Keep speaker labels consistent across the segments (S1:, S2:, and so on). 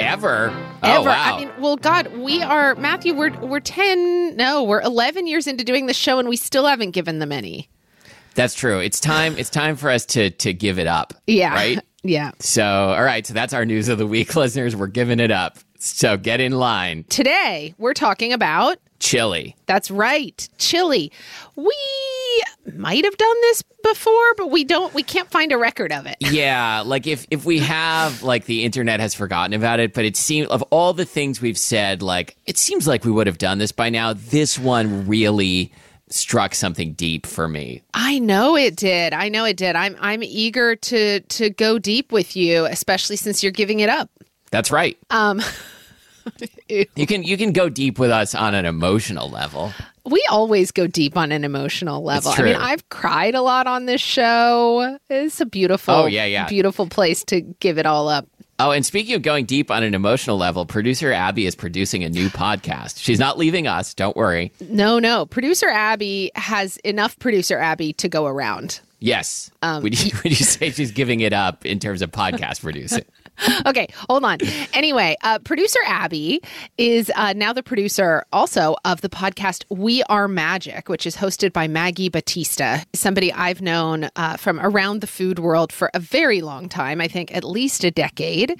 S1: Ever?
S2: Ever.
S1: Oh, wow.
S2: I mean, well, God, we are Matthew. We're we're ten. No, we're eleven years into doing the show, and we still haven't given them any.
S1: That's true. It's time. It's time for us to to give it up.
S2: Yeah.
S1: Right.
S2: Yeah.
S1: So, all right. So that's our news of the week, listeners. We're giving it up. So get in line.
S2: Today we're talking about
S1: Chili.
S2: That's right. Chili. We might have done this before, but we don't we can't find a record of it.
S1: Yeah, like if if we have like the internet has forgotten about it, but it seems of all the things we've said, like it seems like we would have done this by now. This one really struck something deep for me.
S2: I know it did. I know it did. I'm I'm eager to to go deep with you, especially since you're giving it up.
S1: That's right.
S2: Um
S1: You can you can go deep with us on an emotional level.
S2: we always go deep on an emotional level.
S1: It's
S2: I mean,
S1: true.
S2: I've cried a lot on this show. It's a beautiful
S1: Oh, yeah, yeah.
S2: beautiful place to give it all up.
S1: Oh, and speaking of going deep on an emotional level, producer Abby is producing a new podcast. She's not leaving us, don't worry.
S2: No, no. Producer Abby has enough producer Abby to go around.
S1: Yes. would, you, would you say she's giving it up in terms of podcast producing?
S2: okay, hold on. Anyway, uh, producer Abby is uh, now the producer also of the podcast We Are Magic, which is hosted by Maggie Batista, somebody I've known uh, from around the food world for a very long time, I think at least a decade.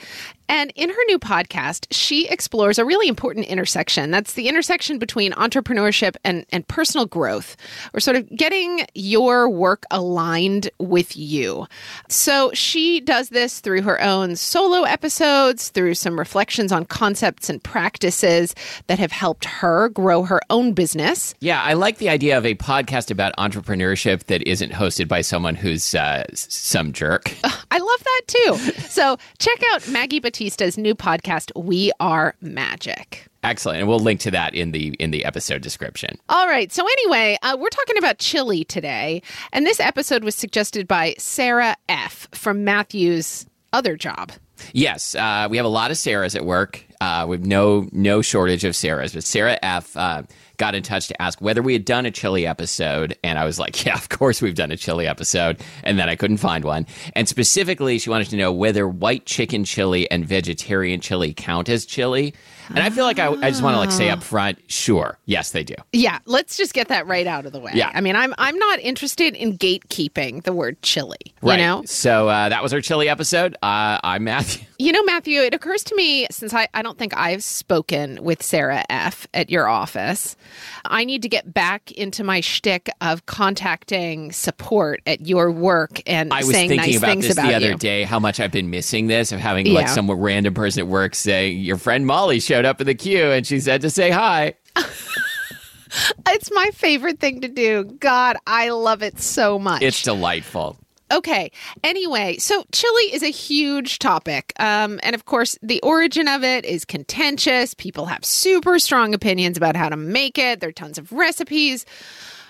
S2: And in her new podcast, she explores a really important intersection. That's the intersection between entrepreneurship and, and personal growth, or sort of getting your work aligned with you. So she does this through her own solo episodes, through some reflections on concepts and practices that have helped her grow her own business.
S1: Yeah, I like the idea of a podcast about entrepreneurship that isn't hosted by someone who's uh, s- some jerk.
S2: I love that too. So check out Maggie Batista's new podcast, We Are Magic.
S1: Excellent, and we'll link to that in the in the episode description.
S2: All right. So, anyway, uh, we're talking about chili today. And this episode was suggested by Sarah F. from Matthew's other job.
S1: Yes, uh, we have a lot of Sarahs at work. Uh, we have no no shortage of Sarahs, but Sarah F. Uh, got in touch to ask whether we had done a chili episode, and I was like, "Yeah, of course we've done a chili episode." And then I couldn't find one. And specifically, she wanted to know whether white chicken chili and vegetarian chili count as chili. And I feel like I, I just want to like
S2: Ah.
S1: say up front, sure, yes, they do.
S2: Yeah, let's just get that right out of the way.
S1: Yeah.
S2: I mean, I'm I'm not interested in gatekeeping the word chili, you
S1: Right.
S2: know?
S1: So uh, that was our chili episode. Uh, I'm Matthew.
S2: You know, Matthew, it occurs to me since I, I don't think I've spoken with Sarah F. at your office, I need to get back into my shtick of contacting support at your work and
S1: I was
S2: saying
S1: thinking
S2: nice
S1: about
S2: things
S1: this
S2: about
S1: the other
S2: you.
S1: day, how much I've been missing this of having like
S2: Yeah.
S1: some random person at work say, Your friend Molly showed up in the queue and she said to say hi.
S2: It's my favorite thing to do. God, I love it so much.
S1: It's delightful.
S2: okay. Anyway, so chili is a huge topic. Um, and of course, the origin of it is contentious. People have super strong opinions about how to make it. There are tons of recipes,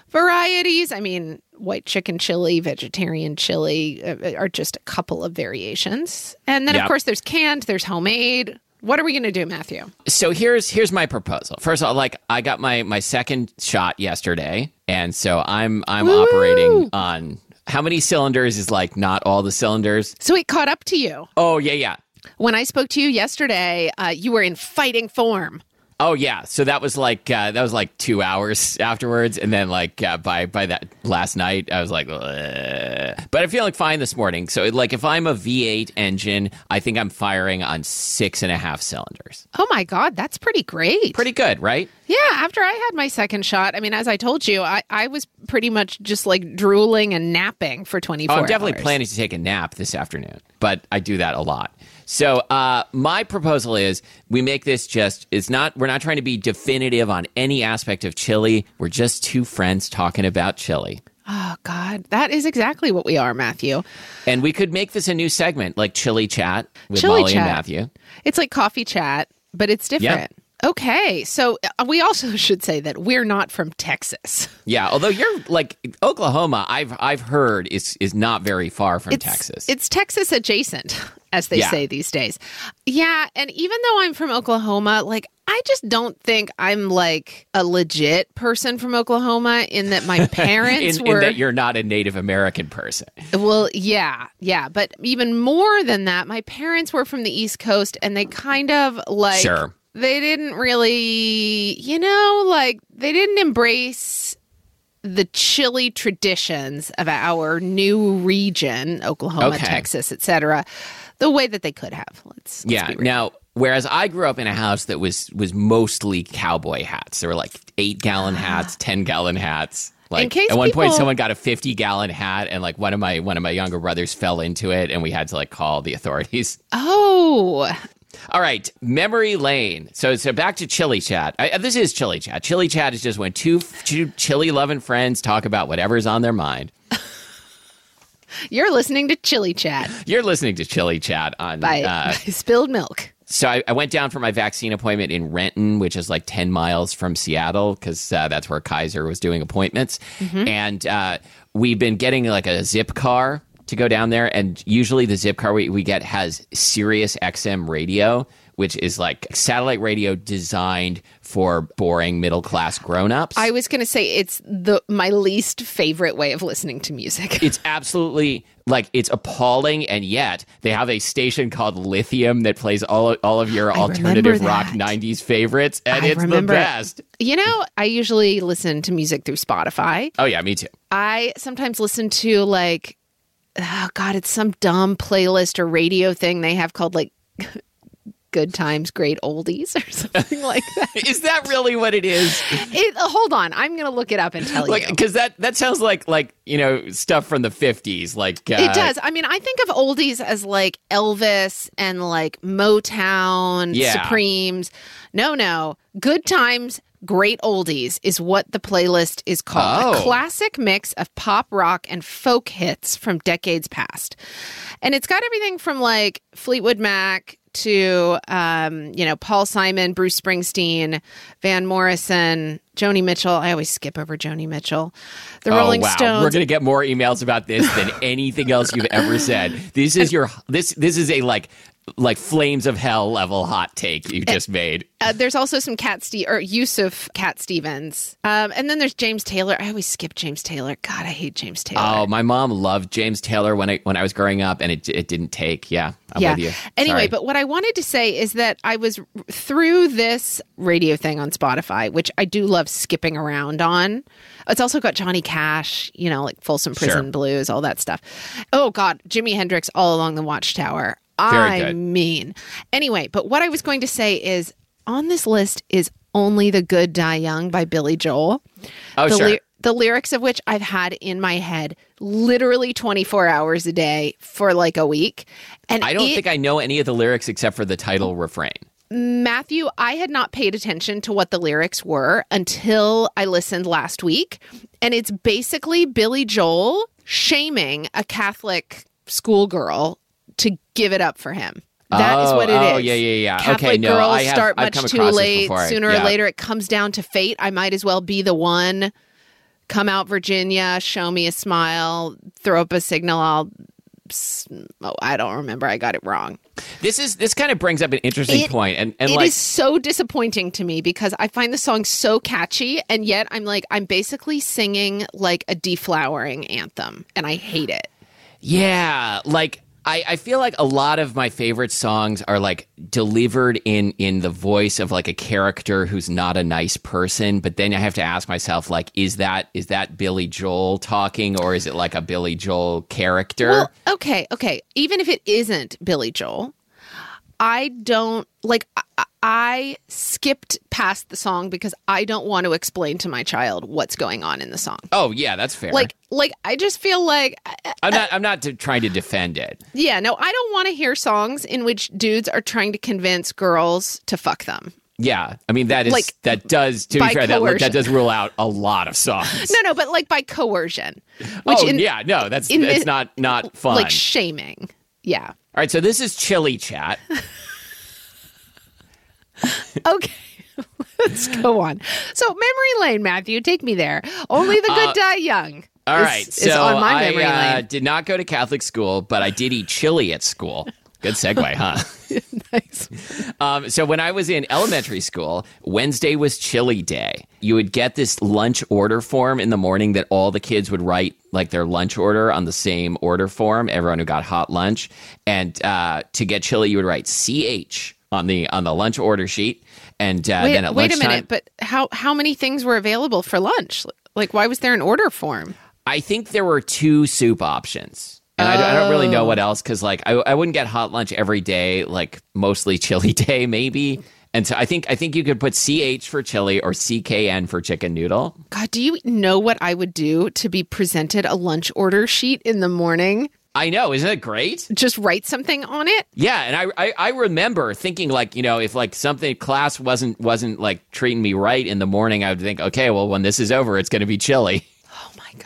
S2: varieties. I mean, white chicken chili, vegetarian chili uh, are just a couple of variations. And then,
S1: Yep.
S2: of course, there's canned, there's homemade. What are we going to do, Matthew?
S1: so here's here's my proposal. First of all, like I got my my second shot yesterday, and so I'm I'm operating on how many cylinders is like not all the cylinders.
S2: So it caught up to you.
S1: Oh yeah yeah
S2: When I spoke to you yesterday, uh, you were in fighting form.
S1: oh yeah. So that was like uh, that was like two hours afterwards, and then like uh, by by that last night, I was like, "Ugh." but I feel like fine this morning. So like if I'm a V8 engine, I think I'm firing on six and a half cylinders.
S2: Oh my God, that's pretty great.
S1: Pretty good, right?
S2: Yeah, after I had my second shot, I mean, as I told you, I, I was pretty much just like drooling and napping for 24
S1: Oh, I'm definitely
S2: hours.
S1: planning to take a nap this afternoon, but I do that a lot. So uh, my proposal is we make this just it's not we're not trying to be definitive on any aspect of chili. We're just two friends talking about chili.
S2: Oh, God. That is exactly what we are, Matthew.
S1: And we could make this a new segment like Chili Chat with
S2: Chili
S1: Molly
S2: Chat.
S1: and Matthew.
S2: It's like coffee chat, but it's different. Okay. So uh, we also should say that we're not from Texas.
S1: Yeah, although you're like Oklahoma, I've I've heard is is not very far from Texas.
S2: It's Texas adjacent, as they
S1: Yeah.
S2: say these days. Yeah. And even though I'm from Oklahoma, like, I just don't think I'm like a legit person from Oklahoma in that my parents
S1: in,
S2: were.
S1: in that you're not a Native American person.
S2: Well, yeah, yeah. But even more than that, my parents were from the East Coast and they kind of like.
S1: Sure.
S2: They didn't really, you know, like they didn't embrace the chili traditions of our new region, Oklahoma,
S1: Okay.
S2: Texas, et cetera, the way that they could have. Let's, let's
S1: Yeah.
S2: be real.
S1: Now, whereas I grew up in a house that was was mostly cowboy hats. There were like eight gallon hats, ten gallon hats. Like
S2: Ah. case
S1: at one point,
S2: people-
S1: someone got a fifty gallon hat, and like one of my one of my younger brothers fell into it, and we had to like call the authorities.
S2: Oh,
S1: All right, memory lane. So so back to chili chat. I, this is chili chat. Chili chat is just when two two chili loving friends talk about whatever's on their mind.
S2: you're listening to Chili Chat
S1: You're listening to chili chat on
S2: by,
S1: uh,
S2: by Spilled Milk.
S1: So I, I went down for my vaccine appointment in Renton, which is like 10 miles from Seattle, because uh, that's where Kaiser was doing appointments. And uh, we've been getting like a zip car to go down there. And usually the zip car we, we get has Sirius XM radio, which is like satellite radio designed for boring middle class grown ups.
S2: I was going to say it's the my least favorite way of listening to music.
S1: it's absolutely like it's appalling and yet they have a station called lithium that plays all, all of your alternative
S2: remember
S1: rock
S2: that.
S1: 90s favorites and
S2: I
S1: it's the
S2: remember it.
S1: best
S2: You know, I usually listen to music through Spotify.
S1: oh yeah me too
S2: I sometimes listen to like, oh God, it's some dumb playlist or radio thing they have called like Good Times, Great Oldies or something like that.
S1: is that really what it is
S2: It, hold on. I'm going to look it up and tell
S1: like
S2: you.
S1: because that that sounds like like you know stuff from the 50s like uh,
S2: It does. I mean, I think of oldies as like Elvis and like Motown,
S1: Yeah.
S2: Supremes. No, no. Good Times, Great Oldies is what the playlist is called.
S1: Oh.
S2: A classic mix of pop rock and folk hits from decades past. And it's got everything from like Fleetwood Mac to um, you know, Paul Simon, Bruce Springsteen, Van Morrison, Joni Mitchell. I always skip over Joni Mitchell. The Rolling
S1: oh wow
S2: Stones.
S1: we're gonna get more emails about this than anything else you've ever said this is your this this is a like like flames of hell level hot take you just made
S2: Uh, there's also some Cat Ste- or Yusuf Cat Stevens, um, and then there's James Taylor. I always skip James Taylor. God, I hate James Taylor.
S1: Oh, my mom loved James Taylor when I when I was growing up, and it it didn't take. Yeah, I'm with you.
S2: Anyway,
S1: Sorry.
S2: but what I wanted to say is that I was through this radio thing on Spotify, which I do love skipping around on. It's also got Johnny Cash, you know, like Folsom Prison
S1: Sure.
S2: Blues, all that stuff. Oh God, Jimi Hendrix all along the Watchtower.
S1: Very
S2: I
S1: good.
S2: mean. Anyway, but what I was going to say is on this list is only the good die young by Billy Joel.
S1: Oh,
S2: the
S1: sure.
S2: the lyrics of which I've had in my head literally 24 hours a day for like a week. And
S1: I don't
S2: it-
S1: think I know any of the lyrics except for the title refrain.
S2: Matthew, I had not paid attention to what the lyrics were until I listened last week. And it's basically Billy Joel shaming a Catholic schoolgirl to give it up for him. That is
S1: Oh,
S2: what it is.
S1: oh, yeah, yeah, yeah. Okay,
S2: Catholic
S1: no,
S2: girls
S1: I have-
S2: start
S1: I've
S2: much
S1: come
S2: too
S1: across this
S2: late.
S1: before.
S2: Sooner or
S1: Yeah.
S2: later, it comes down to fate. I might as well be the one come out Virginia, show me a smile, throw up a signal. I'll. s- Oh, I don't remember. I got it wrong.
S1: This is this kind of brings up an interesting
S2: It-
S1: point, and and
S2: It is
S1: like
S2: so disappointing to me because I find the song so catchy, and yet I'm like, I'm basically singing like a deflowering anthem, and I hate it.
S1: Yeah, like I, I feel like a lot of my favorite songs are like delivered in in the voice of like a character who's not a nice person, but then I have to ask myself like is that is that Billy Joel talking or is it like a Billy Joel character?
S2: Well, okay, okay. Even if it isn't Billy Joel, I don't like. I, I skipped past the song because I don't want to explain to my child what's going on in the song.
S1: oh yeah, that's fair.
S2: Like, like I just feel like, uh,
S1: I'm not I'm not to, trying to defend it.
S2: yeah, no, I don't want to hear songs in which dudes are trying to convince girls to fuck them.
S1: Yeah. I mean that is
S2: Like,
S1: that does to be
S2: by
S1: fair that
S2: coercion.
S1: that does rule out a lot of songs.
S2: No, no, but like by coercion, which
S1: oh
S2: in
S1: yeah, no, that's
S2: in
S1: it's
S2: thi-
S1: not not fun.
S2: like shaming. Yeah.
S1: All right, so this is Chili Chat.
S2: Okay. Let's go on. So, memory lane, Matthew, take me there. Only the good die young.
S1: Uh, All
S2: is-
S1: right,
S2: is
S1: so
S2: on my memory
S1: I uh,
S2: lane.
S1: did not go to Catholic school, but I did eat chili at school. Good segue, huh?
S2: Nice.
S1: Um, so when I was in elementary school, Wednesday was chili day. You would get this lunch order form in the morning that all the kids would write like their lunch order on the same order form. Everyone who got hot lunch, and uh, to get chili, you would write CH on the on the lunch order sheet. And uh,
S2: Wait,
S1: then at
S2: wait a
S1: lunchtime,
S2: minute, but how how many things were available for lunch? Like, why was there an order form?
S1: I think there were two soup options. And I, don't- I don't really know what else because, like, I, I wouldn't get hot lunch every day, like mostly chili day, maybe. And so I think I think you could put CH for chili or CKN for chicken noodle.
S2: God, do you know what I would do to be presented a lunch order sheet in the morning?
S1: I know, isn't it great?
S2: Just write something on it.
S1: Yeah, and I, I I remember thinking like you know if like something class wasn't wasn't like treating me right in the morning, I would think okay, well when this is over, it's going to be chili.
S2: Oh my god.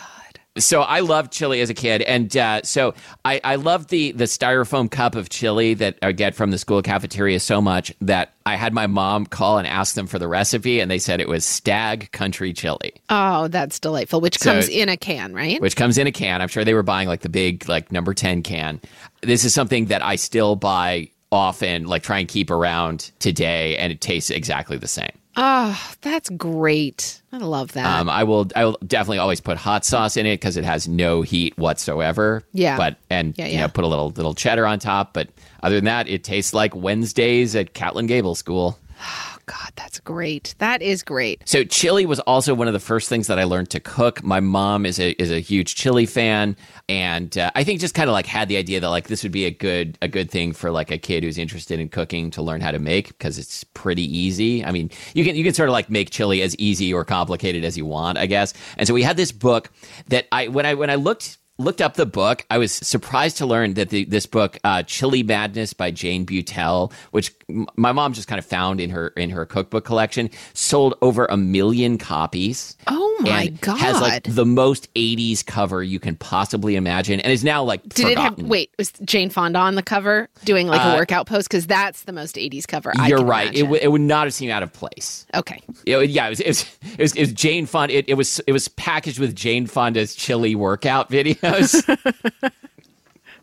S1: So I loved chili as a kid, and uh, so I, I loved the the styrofoam cup of chili that I get from the school cafeteria so much that I had my mom call and ask them for the recipe, and they said it was stag country chili,
S2: Oh, that's delightful. Which
S1: So-
S2: comes in a can, right?
S1: which comes in a can. I'm sure they were buying like the big like number ten can. This is something that I still buy often, like try and keep around today, and it tastes exactly the same.
S2: oh, that's great. I love that.
S1: Um, I will. I will definitely always put hot sauce in it because it has no heat whatsoever.
S2: Yeah.
S1: But and
S2: Yeah,
S1: you
S2: yeah.
S1: know put a little little cheddar on top. But other than that, it tastes like Wednesdays at Catlin Gable School.
S2: oh God, that's great. That is great.
S1: So chili was also one of the first things that I learned to cook. My mom is a is a huge chili fan, and uh, I think just kind of like had the idea that like this would be a good a good thing for like a kid who's interested in cooking to learn how to make because it's pretty easy. I mean, you can you can sort of like make chili as easy or complicated as you want, I guess. And so we had this book that I when I when I looked looked up the book. I was surprised to learn that the, this book, uh, Chili Madness by Jane Butel, which m- my mom just kind of found in her in her cookbook collection, sold over a million copies.
S2: Oh my
S1: and
S2: God.
S1: Has like the most '80s cover you can possibly imagine, and is now like
S2: Did it
S1: forgotten. Uh,
S2: have? Wait, was Jane Fonda on the cover doing like a workout pose? Because that's the most '80s cover. I
S1: You're
S2: can
S1: right. It,
S2: imagine.
S1: w- it would not have seemed out of place.
S2: okay.
S1: It would- yeah, it was, it was it was it was Jane Fonda. It, it was it was packaged with Jane Fonda's chili workout videos.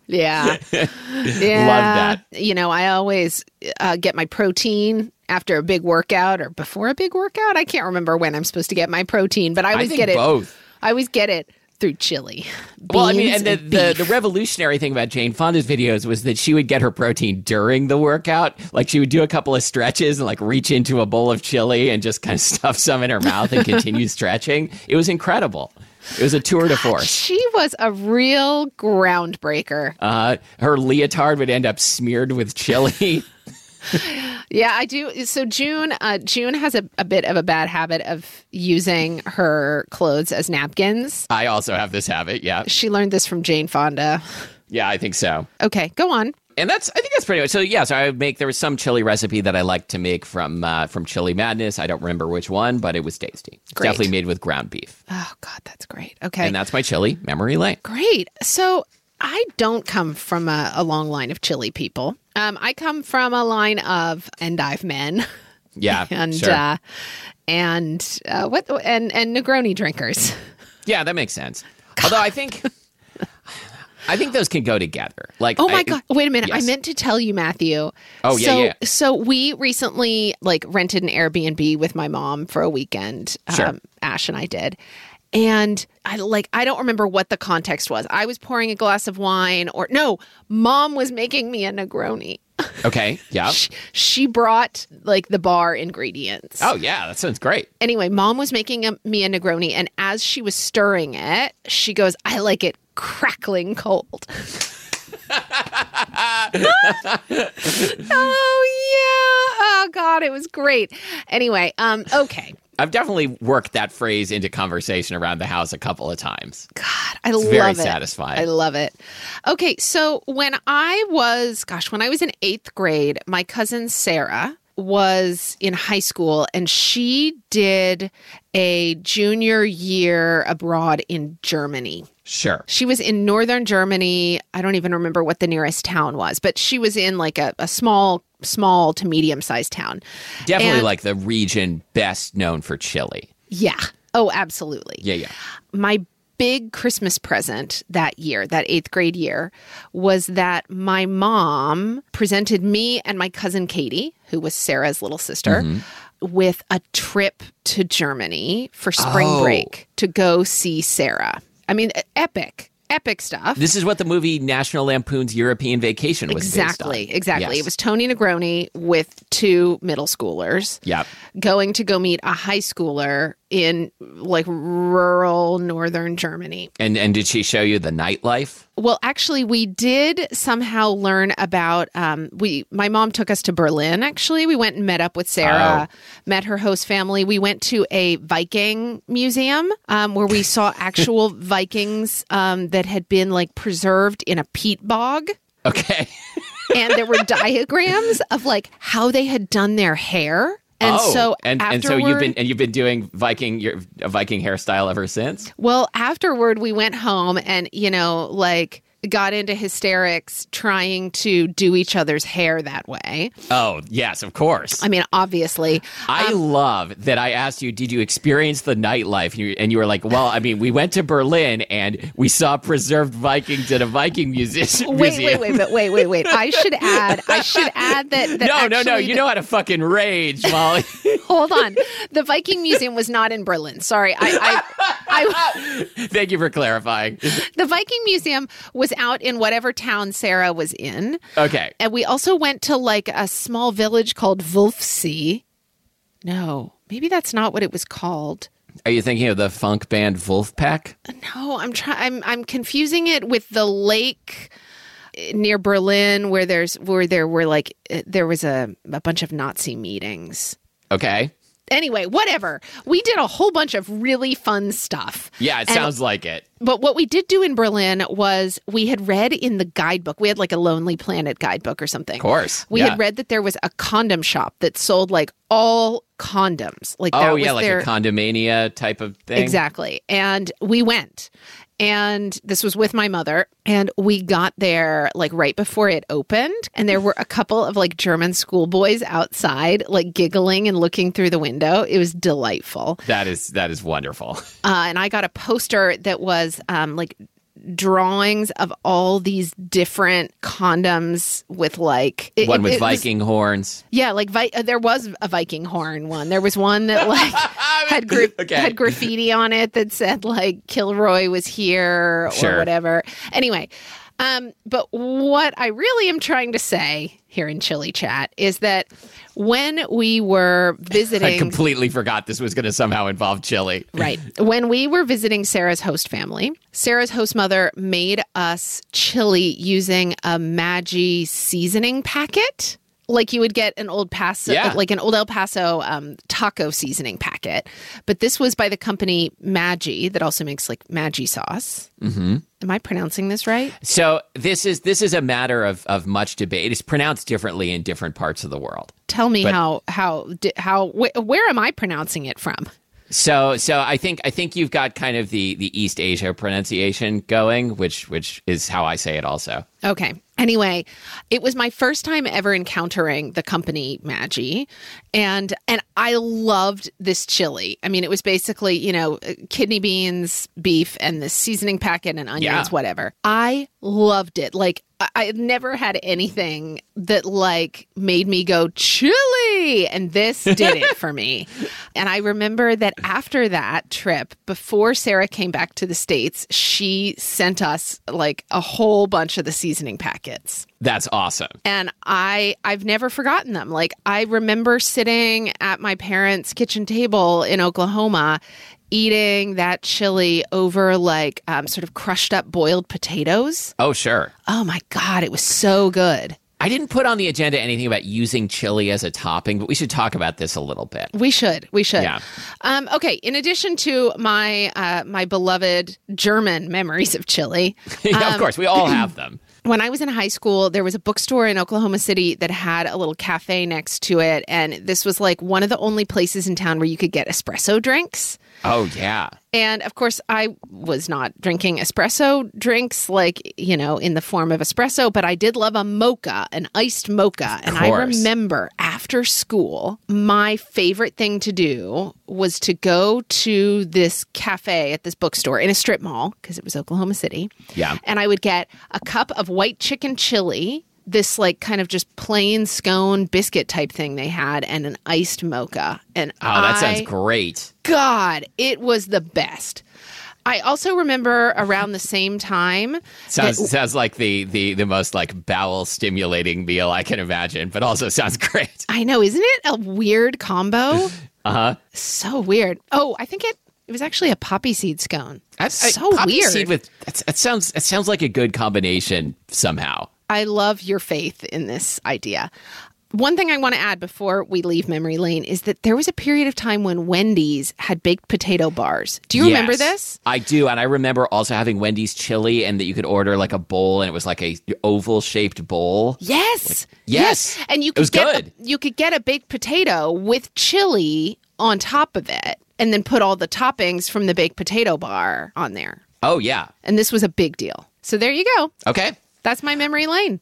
S2: Yeah. yeah.
S1: that.
S2: You know, I always uh, get my protein after a big workout or before a big workout. I can't remember when I'm supposed to get my protein, but I
S1: I
S2: always
S1: think
S2: get it.
S1: both.
S2: I always get it through chili.
S1: Well, I mean,
S2: Beans
S1: and the, the,
S2: beef.
S1: the revolutionary thing about Jane Fonda's videos was that she would get her protein during the workout. Like she would do a couple of stretches and like reach into a bowl of chili and just kind of stuff some in her mouth and continue stretching. It was incredible. It was a tour de force.
S2: she was a real groundbreaker.
S1: Uh, her leotard would end up smeared with chili.
S2: Yeah, I do. So June, uh, June has a, a bit of a bad habit of using her clothes as napkins.
S1: I also have this habit. Yeah.
S2: She learned this from Jane Fonda.
S1: Yeah, I think so.
S2: Okay, go on.
S1: and that's I think that's pretty much so. Yeah, so I would make there was some chili recipe that I liked to make from uh, from Chili Madness. I don't remember which one, but it was tasty. It's
S2: Great.
S1: Definitely made with ground beef,
S2: Oh God, that's great. Okay,
S1: and that's my chili memory lane.
S2: Great. So I don't come from a, a long line of chili people. Um, I come from a line of endive men
S1: Yeah,
S2: and
S1: sure.
S2: uh, and uh, what and and Negroni drinkers.
S1: Yeah, that makes sense. Although I think I think those can go together. Like
S2: Oh my
S1: I-
S2: god! Wait a minute! I
S1: Yes.
S2: meant to tell you, Matthew.
S1: Oh, yeah,
S2: so,
S1: yeah.
S2: So we recently like rented an Airbnb with my mom for a weekend. um,
S1: Sure.
S2: Ash and I did, and I like I don't remember what the context was. I was pouring a glass of wine, or no, mom was making me a Negroni.
S1: Oh. Okay. Yeah.
S2: She, she brought like the bar ingredients.
S1: Oh yeah, that sounds great.
S2: Anyway, mom was making a, me a Negroni, and as she was stirring it, she goes, "I like it crackling cold." oh yeah! Oh god, it was great. Anyway, um, okay.
S1: I've definitely worked that phrase into conversation around the house a couple of times.
S2: God, I love
S1: very
S2: it.
S1: satisfying.
S2: I love it. Okay, so when I was, gosh, when I was in eighth grade, my cousin Sarah was in high school and she did a junior year abroad in Germany.
S1: Sure.
S2: She was in northern Germany. I don't even remember what the nearest town was, but she was in like a, a small, small to medium sized town.
S1: Definitely
S2: And-
S1: like the region best known for chili.
S2: Yeah. Oh, absolutely.
S1: Yeah, yeah.
S2: my big Christmas present that year, that eighth grade year, was that my mom presented me and my cousin Katie, who was Sarah's little sister,
S1: Mm-hmm.
S2: with a trip to Germany for spring
S1: Oh.
S2: break to go see Sarah. I mean, e- epic, epic stuff.
S1: This is what the movie National Lampoon's European Vacation was based on.
S2: Exactly, exactly.
S1: Yes.
S2: It was Tony Negroni with two middle schoolers
S1: Yep.
S2: going to go meet a high schooler in like rural northern Germany.
S1: And and did she show you the nightlife?
S2: Well, actually, we did somehow learn about. Um, we my mom took us to Berlin. Actually, we went and met up with Sarah, met her host family. We went to a Viking museum um, where we saw actual Vikings um, that had been like preserved in a peat bog,
S1: Okay.
S2: and there were diagrams of like how they had done their hair. And
S1: oh,
S2: so
S1: and,
S2: afterward,
S1: and so you've been and you've been doing Viking your a Viking hairstyle ever since?
S2: Well, afterward, we went home and, you know, like got into hysterics trying to do each other's hair that way.
S1: Oh, yes, of course.
S2: I mean, obviously.
S1: I love that I asked you, did you experience the nightlife? And you, and you were like, well, I mean, we went to Berlin and we saw preserved Vikings at a Viking museum.
S2: Wait, wait, wait, but wait, wait, wait. I should add, I should add that. that
S1: No, no, no.
S2: actually
S1: You
S2: the-
S1: know how to fucking rage, Molly.
S2: Hold on. The Viking Museum was not in Berlin. Sorry. I, I,
S1: Thank you for clarifying.
S2: I, the Viking Museum was out in whatever town Sarah was in.
S1: Okay.
S2: And we also went to like a small village called Wolfsee. No, maybe that's not what it was called.
S1: Are you thinking of the funk band Wolfpack?
S2: No, Oh, I'm trying. I'm I'm confusing it with the lake eh, near Berlin, where there's where there were like eh, there was a a bunch of Nazi meetings.
S1: Okay.
S2: Anyway, whatever. We did a whole bunch of really fun stuff.
S1: Yeah, it
S2: And-
S1: sounds like it.
S2: But what we did do in Berlin was we had read in the guidebook. We had like a Lonely Planet guidebook or something.
S1: Of course.
S2: We
S1: yeah.
S2: had read that there was a condom shop that sold like all condoms. Like that
S1: Oh,
S2: was
S1: yeah, like
S2: their,
S1: a condomania type of thing.
S2: Exactly. And we went. And this was with my mother. And we got there like right before it opened. And there were a couple of like German schoolboys outside, like giggling and looking through the window. It was delightful.
S1: That is that is wonderful.
S2: Uh, and I got a poster that was um, like drawings of all these different condoms with like it-
S1: One
S2: it-
S1: with
S2: it was-
S1: Viking horns.
S2: yeah, like vi- uh, there was a Viking horn one. There was one that like had gra-
S1: Okay.
S2: had graffiti on it that said like Kilroy was here or
S1: Sure.
S2: whatever. Anyway, um, but what I really am trying to say here in Chili Chat is that when we were
S1: I
S2: visiting,
S1: completely forgot this was going to somehow involve Chile.
S2: right, when we were visiting Sarah's host family, Sarah's host mother made us chili using a Maggi seasoning packet like you would get an old paso
S1: Yeah.
S2: like an old el paso um, taco seasoning packet but this was by the company maggi that also makes like maggi sauce mm-hmm. am i pronouncing this right
S1: So this is this is a matter of of much debate. It's pronounced differently in different parts of the world.
S2: tell me how how di- how wh- where am i pronouncing it from
S1: So so I think I think you've got kind of the the East Asia pronunciation going, which which is how I say it also.
S2: Okay. Anyway, it was my first time ever encountering the company Maggi, and and I loved this chili. I mean, it was basically you know kidney beans, beef, and this seasoning packet and onions,
S1: Yeah.
S2: whatever. I loved it. Like I, I had never had anything that like made me go chili, and this did it for me. And I remember that after that trip, before Sarah came back to the states, she sent us like a whole bunch of the seasoning packets
S1: That's awesome.
S2: and i i've never forgotten them like i remember sitting at my parents kitchen table in oklahoma eating that chili over like um, sort of crushed up boiled potatoes
S1: Oh, sure.
S2: oh my god it was so good
S1: I didn't put on the agenda anything about using chili as a topping, but we should talk about this a little bit.
S2: we should we should
S1: Yeah.
S2: um, okay in addition to my uh, my beloved german memories of chili
S1: yeah,
S2: Um,
S1: of course, we all have them.
S2: when I was in high school, there was a bookstore in Oklahoma City that had a little cafe next to it. And this was like one of the only places in town where you could get espresso drinks.
S1: Oh, yeah.
S2: And of course, I was not drinking espresso drinks, like, you know, in the form of espresso, but I did love a mocha, an iced mocha. And I
S1: course.
S2: remember after school, my favorite thing to do was to go to this cafe at this bookstore in a strip mall, because it was Oklahoma City.
S1: Yeah.
S2: And I would get a cup of white chicken chili. This like kind of just plain scone biscuit type thing they had, and an iced mocha, and
S1: Oh, that
S2: I-
S1: sounds great.
S2: God, it was the best. I also remember around the same time.
S1: Sounds sounds like the, the the most like bowel stimulating meal I can imagine, but also sounds great.
S2: I know, isn't it a weird combo?
S1: Uh huh.
S2: so weird. Oh, I think it it was actually a poppy seed scone.
S1: That's I-
S2: so
S1: poppy
S2: weird.
S1: Seed with that's, that sounds it sounds like a good combination somehow.
S2: I love your faith in this idea. One thing I want to add before we leave memory lane is that there was a period of time when Wendy's had baked potato bars. Do you remember
S1: Yes.
S2: this?
S1: I do, and I remember also having Wendy's chili, and that you could order like a bowl, and it was like a oval shaped bowl.
S2: Yes.
S1: Yes.
S2: And you
S1: It
S2: could
S1: was
S2: get
S1: good.
S2: A, you could get a baked potato with chili on top of it and then put all the toppings from the baked potato bar on there.
S1: Oh yeah.
S2: And this was a big deal. So there you go.
S1: Okay.
S2: That's my memory lane.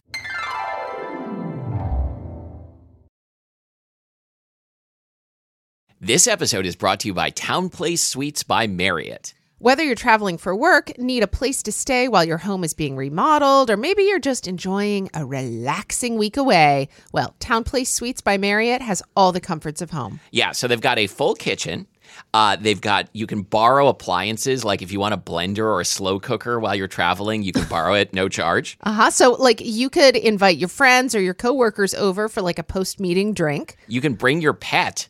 S1: This episode is brought to you by Town Place Suites by Marriott.
S2: Whether you're traveling for work, need a place to stay while your home is being remodeled, or maybe you're just enjoying a relaxing week away, well, Town Place Suites by Marriott has all the comforts of home.
S1: Yeah, so they've got a full kitchen. Uh, they've got you can borrow appliances like if you want a blender or a slow cooker while you're traveling, you can borrow it no charge.
S2: Uh huh. So, like, you could invite your friends or your coworkers over for like a post meeting drink.
S1: You can bring your pet.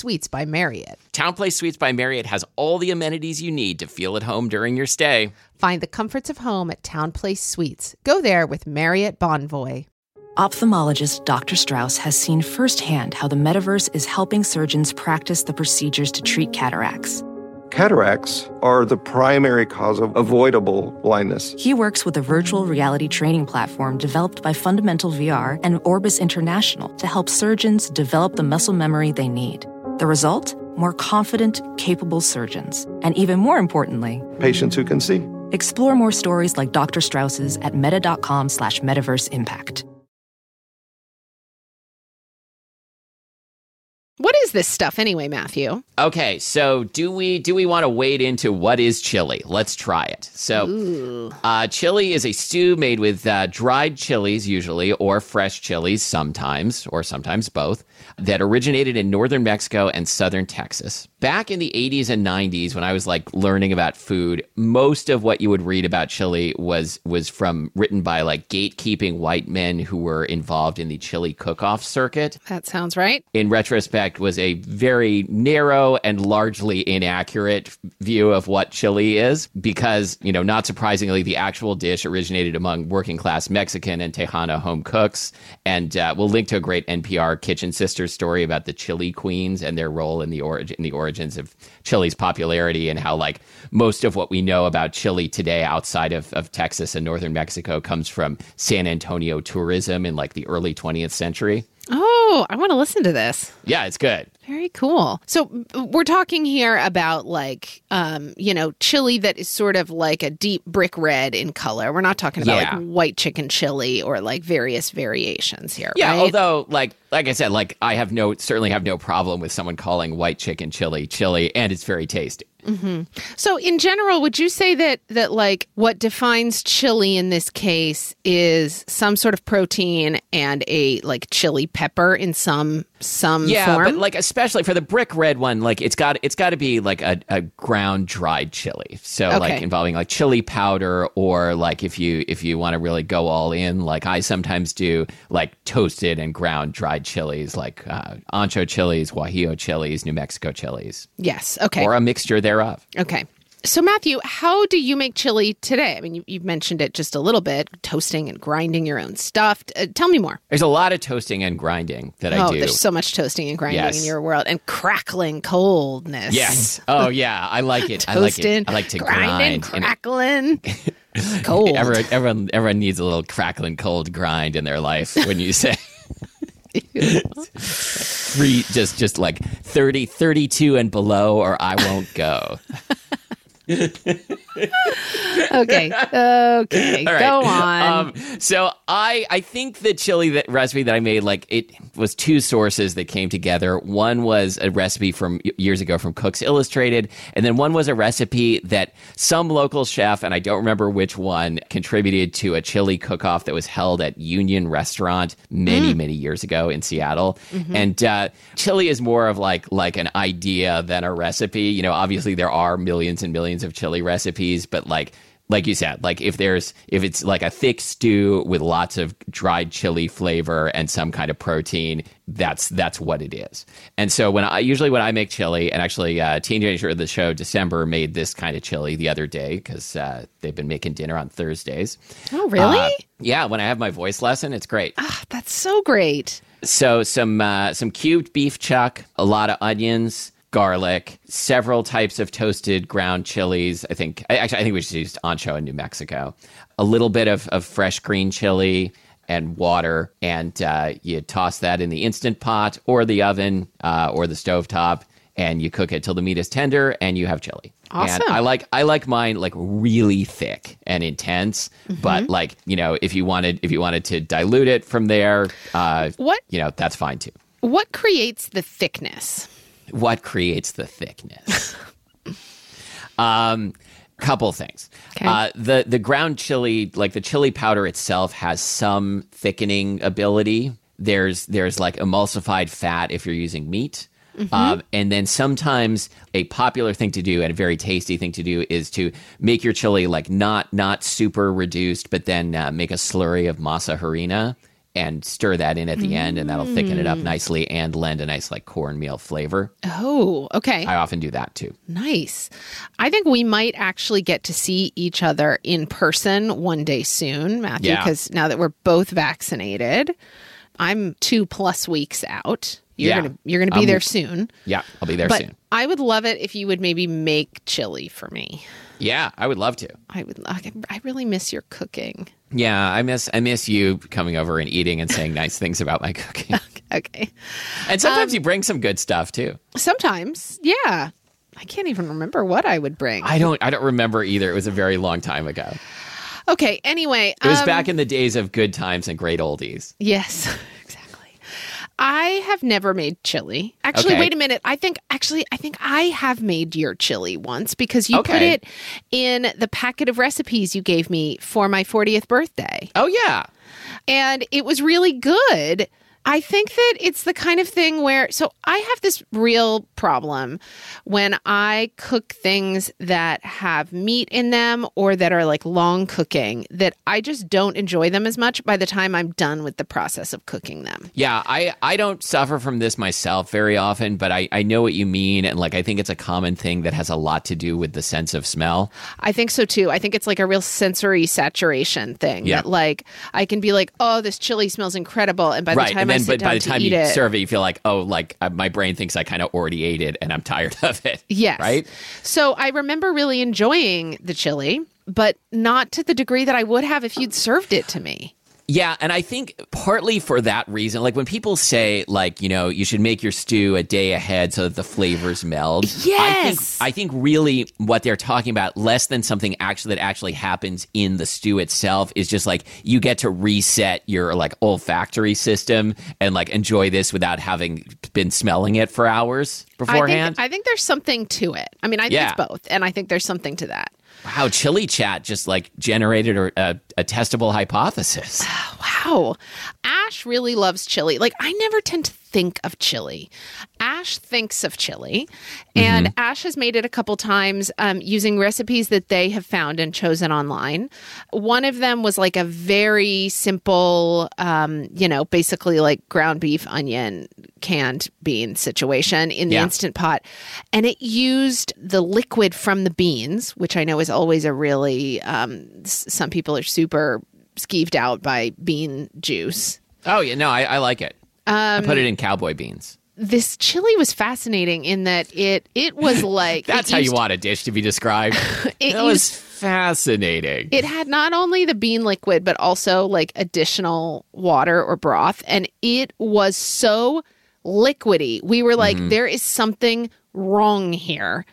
S2: Suites by Marriott.
S1: Town Place Suites by Marriott has all the amenities you need to feel at home during your stay.
S2: Find the comforts of home at Town Place Suites. Go there with Marriott Bonvoy.
S3: Ophthalmologist Dr. Strauss has seen firsthand how the metaverse is helping surgeons practice the procedures to treat cataracts.
S4: Cataracts are the primary cause of avoidable blindness.
S3: He works with a virtual reality training platform developed by Fundamental VR and Orbis International to help surgeons develop the muscle memory they need. The result? More confident, capable surgeons. And even more importantly,
S4: Patients who can see.
S3: explore more stories like Dr. Strauss's at meta.com slash metaverse impact.
S2: What is this stuff anyway, Matthew?
S1: Okay, so do we do we want to wade into what is chili? Let's try it. So, uh, chili is a stew made with uh, dried chilies, usually, or fresh chilies, sometimes, or sometimes both, that originated in northern Mexico and southern Texas. Back in the '80s and '90s, when I was like learning about food, most of what you would read about chili was was from written by like gatekeeping white men who were involved in the chili cook-off circuit
S2: That sounds right.
S1: in retrospect, effect was a very narrow and largely inaccurate view of what chili is because, you know, not surprisingly, the actual dish originated among working class Mexican and Tejano home cooks. And uh, we'll link to a great NPR Kitchen Sisters story about the chili queens and their role in the, origin, in the origins of chili's popularity and how, like, most of what we know about chili today outside of, of Texas and northern Mexico comes from San Antonio tourism in like the early 20th century.
S2: Oh, I want to listen to this.
S1: Yeah, it's good.
S2: Very cool. So b- we're talking here about like, um, you know, chili that is sort of like a deep brick red in color. We're not talking about
S1: Yeah.
S2: like white chicken chili or like various variations here.
S1: Yeah,
S2: right?
S1: although like like I said, like I have no certainly have no problem with someone calling white chicken chili chili and it's very tasty.
S2: So in general, would you say that that like what defines chili in this case is some sort of protein and a like chili pepper in some some
S1: Yeah,
S2: form?
S1: but like especially for the brick red one, like it's got it's got to be like a, a ground dried chili. So like
S2: Okay.
S1: involving like chili powder or like if you if you want to really go all in, like I sometimes do, like toasted and ground dried chilies, like uh, ancho chilies, guajillo chilies, New Mexico chilies,
S2: yes. Okay.
S1: or a mixture thereof.
S2: Okay. So, Matthew, how do you make chili today? I mean, you, you've mentioned it just a little bit toasting and grinding your own stuff. Uh, tell me more.
S1: There's a lot of toasting and grinding that I
S2: oh,
S1: do.
S2: there's so much toasting and grinding
S1: Yes.
S2: in your world and crackling coldness.
S1: Yes. Oh yeah, I like it. I like
S2: Toasting,
S1: it. I like to
S2: grinding,
S1: grind. And
S2: crackling, cold.
S1: everyone, everyone, everyone needs a little crackling cold grind in their life. When you say three, just just like 30, 32 and below, or I won't go.
S2: okay. Okay.
S1: All right.
S2: Go on.
S1: Um, so I I think the chili that recipe that I made like it was two sources that came together. One was a recipe from years ago from Cooks Illustrated, and then one was a recipe that some local chef and I don't remember which one contributed to a chili cook-off that was held at Union Restaurant many many years ago in Seattle. And uh, chili is more of like like an idea than a recipe. You know, obviously there are millions and millions of chili recipes, but like like you said, like if there's if it's like a thick stew with lots of dried chili flavor and some kind of protein, that's that's what it is. And so when I usually when I make chili, and actually uh, teenager of the show December made this kind of chili the other day because uh, they've been making dinner on Thursdays.
S2: oh, really?
S1: Uh, yeah, when I have my voice lesson, it's great.
S2: Ah, that's so great.
S1: So some uh, some cubed beef chuck, a lot of onions, garlic, several types of toasted ground chilies. I think I- actually I think we just used ancho in New Mexico. A little bit of, of fresh green chili and water, and uh, you toss that in the instant pot or the oven uh, or the stovetop, and you cook it till the meat is tender, and you have chili.
S2: Awesome.
S1: And I like I like mine like really thick and intense, but like you know if you wanted if you wanted to dilute it from there, uh,
S2: What
S1: you know, that's fine too.
S2: what creates the thickness?
S1: What creates the thickness? um, couple things.
S2: Okay.
S1: Uh, the the ground chili, like the chili powder itself, has some thickening ability. There's there's like emulsified fat if you're using meat. Um, and then sometimes a popular thing to do and a very tasty thing to do is to make your chili like not not super reduced, but then uh, make a slurry of masa harina and stir that in at the end, and that'll thicken it up nicely and lend a nice like cornmeal flavor.
S2: Oh, okay.
S1: I often do that too.
S2: Nice. I think we might actually get to see each other in person one day soon, Matthew,
S1: Yeah.
S2: because now that we're both vaccinated, I'm two plus weeks out. You're
S1: Yeah.
S2: gonna you're gonna be
S1: I'm-
S2: there soon.
S1: Yeah, I'll be there
S2: But
S1: soon.
S2: I would love it if you would maybe make chili for me.
S1: Yeah, I would love to.
S2: I would. I I really miss your cooking.
S1: Yeah, I miss I miss you coming over and eating and saying nice things about my cooking.
S2: Okay.
S1: And
S2: Um,
S1: sometimes you bring some good stuff too.
S2: Sometimes, yeah. I can't even remember what I would bring.
S1: I don't I don't remember either. It was a very long time ago.
S2: okay. Anyway,
S1: It was
S2: um,
S1: back in the days of good times and great oldies.
S2: Yes, exactly. I have never made chili. Actually,
S1: Okay.
S2: wait a minute. I think actually I think I have made your chili once because you put
S1: Okay.
S2: it in the packet of recipes you gave me for my 40th birthday.
S1: Oh yeah.
S2: And it was really good. I think that it's the kind of thing where, so I have this real problem when I cook things that have meat in them or that are like long cooking, that I just don't enjoy them as much by the time I'm done with the process of cooking them.
S1: Yeah, I, I don't suffer from this myself very often, but I, I know what you mean. And like, I think it's a common thing that has a lot to do with the sense of smell.
S2: I think so too. I think it's like a real sensory saturation thing
S1: Yeah.
S2: that, like, I can be like, oh, this chili smells incredible. And by the
S1: right.
S2: time I
S1: And then,
S2: sit
S1: but
S2: down
S1: by the
S2: to
S1: time
S2: eat
S1: you
S2: it,
S1: serve it, you feel like, oh, like uh, my brain thinks I kind of already ate it and I'm tired of it.
S2: Yes.
S1: Right?
S2: So I remember really enjoying the chili, but not to the degree that I would have if you'd served it to me.
S1: Yeah, and I think partly for that reason, like when people say, like you know, you should make your stew a day ahead so that the flavors meld.
S2: Yes.
S1: I think, I think really what they're talking about, less than something actually that actually happens in the stew itself, is just like you get to reset your like olfactory system and like enjoy this without having been smelling it for hours beforehand.
S2: I think I think there's something to it. I mean, I think
S1: Yeah.
S2: it's both, and I think there's something to that.
S1: wow, chili chat just like generated a, a, a testable hypothesis.
S2: Wow. Ash really loves chili. Like I never tend to think of chili. Ash thinks of chili, and Ash has made it a couple times um, using recipes that they have found and chosen online. One of them was like a very simple, um, you know, basically like ground beef, onion, canned bean situation in the
S1: Yeah.
S2: instant pot, and it used the liquid from the beans, which I know is always a really um, s- some people are super skeeved out by bean juice.
S1: Oh yeah, no, I, I like it. I put it in cowboy beans.
S2: This chili was fascinating in that it it was like
S1: That's
S2: it
S1: how you
S2: used-
S1: want a dish to be described.
S2: It
S1: that was fascinating.
S2: It had not only the bean liquid but also like additional water or broth, and it was so liquidy. We were like,
S1: Mm-hmm.
S2: there is something wrong here.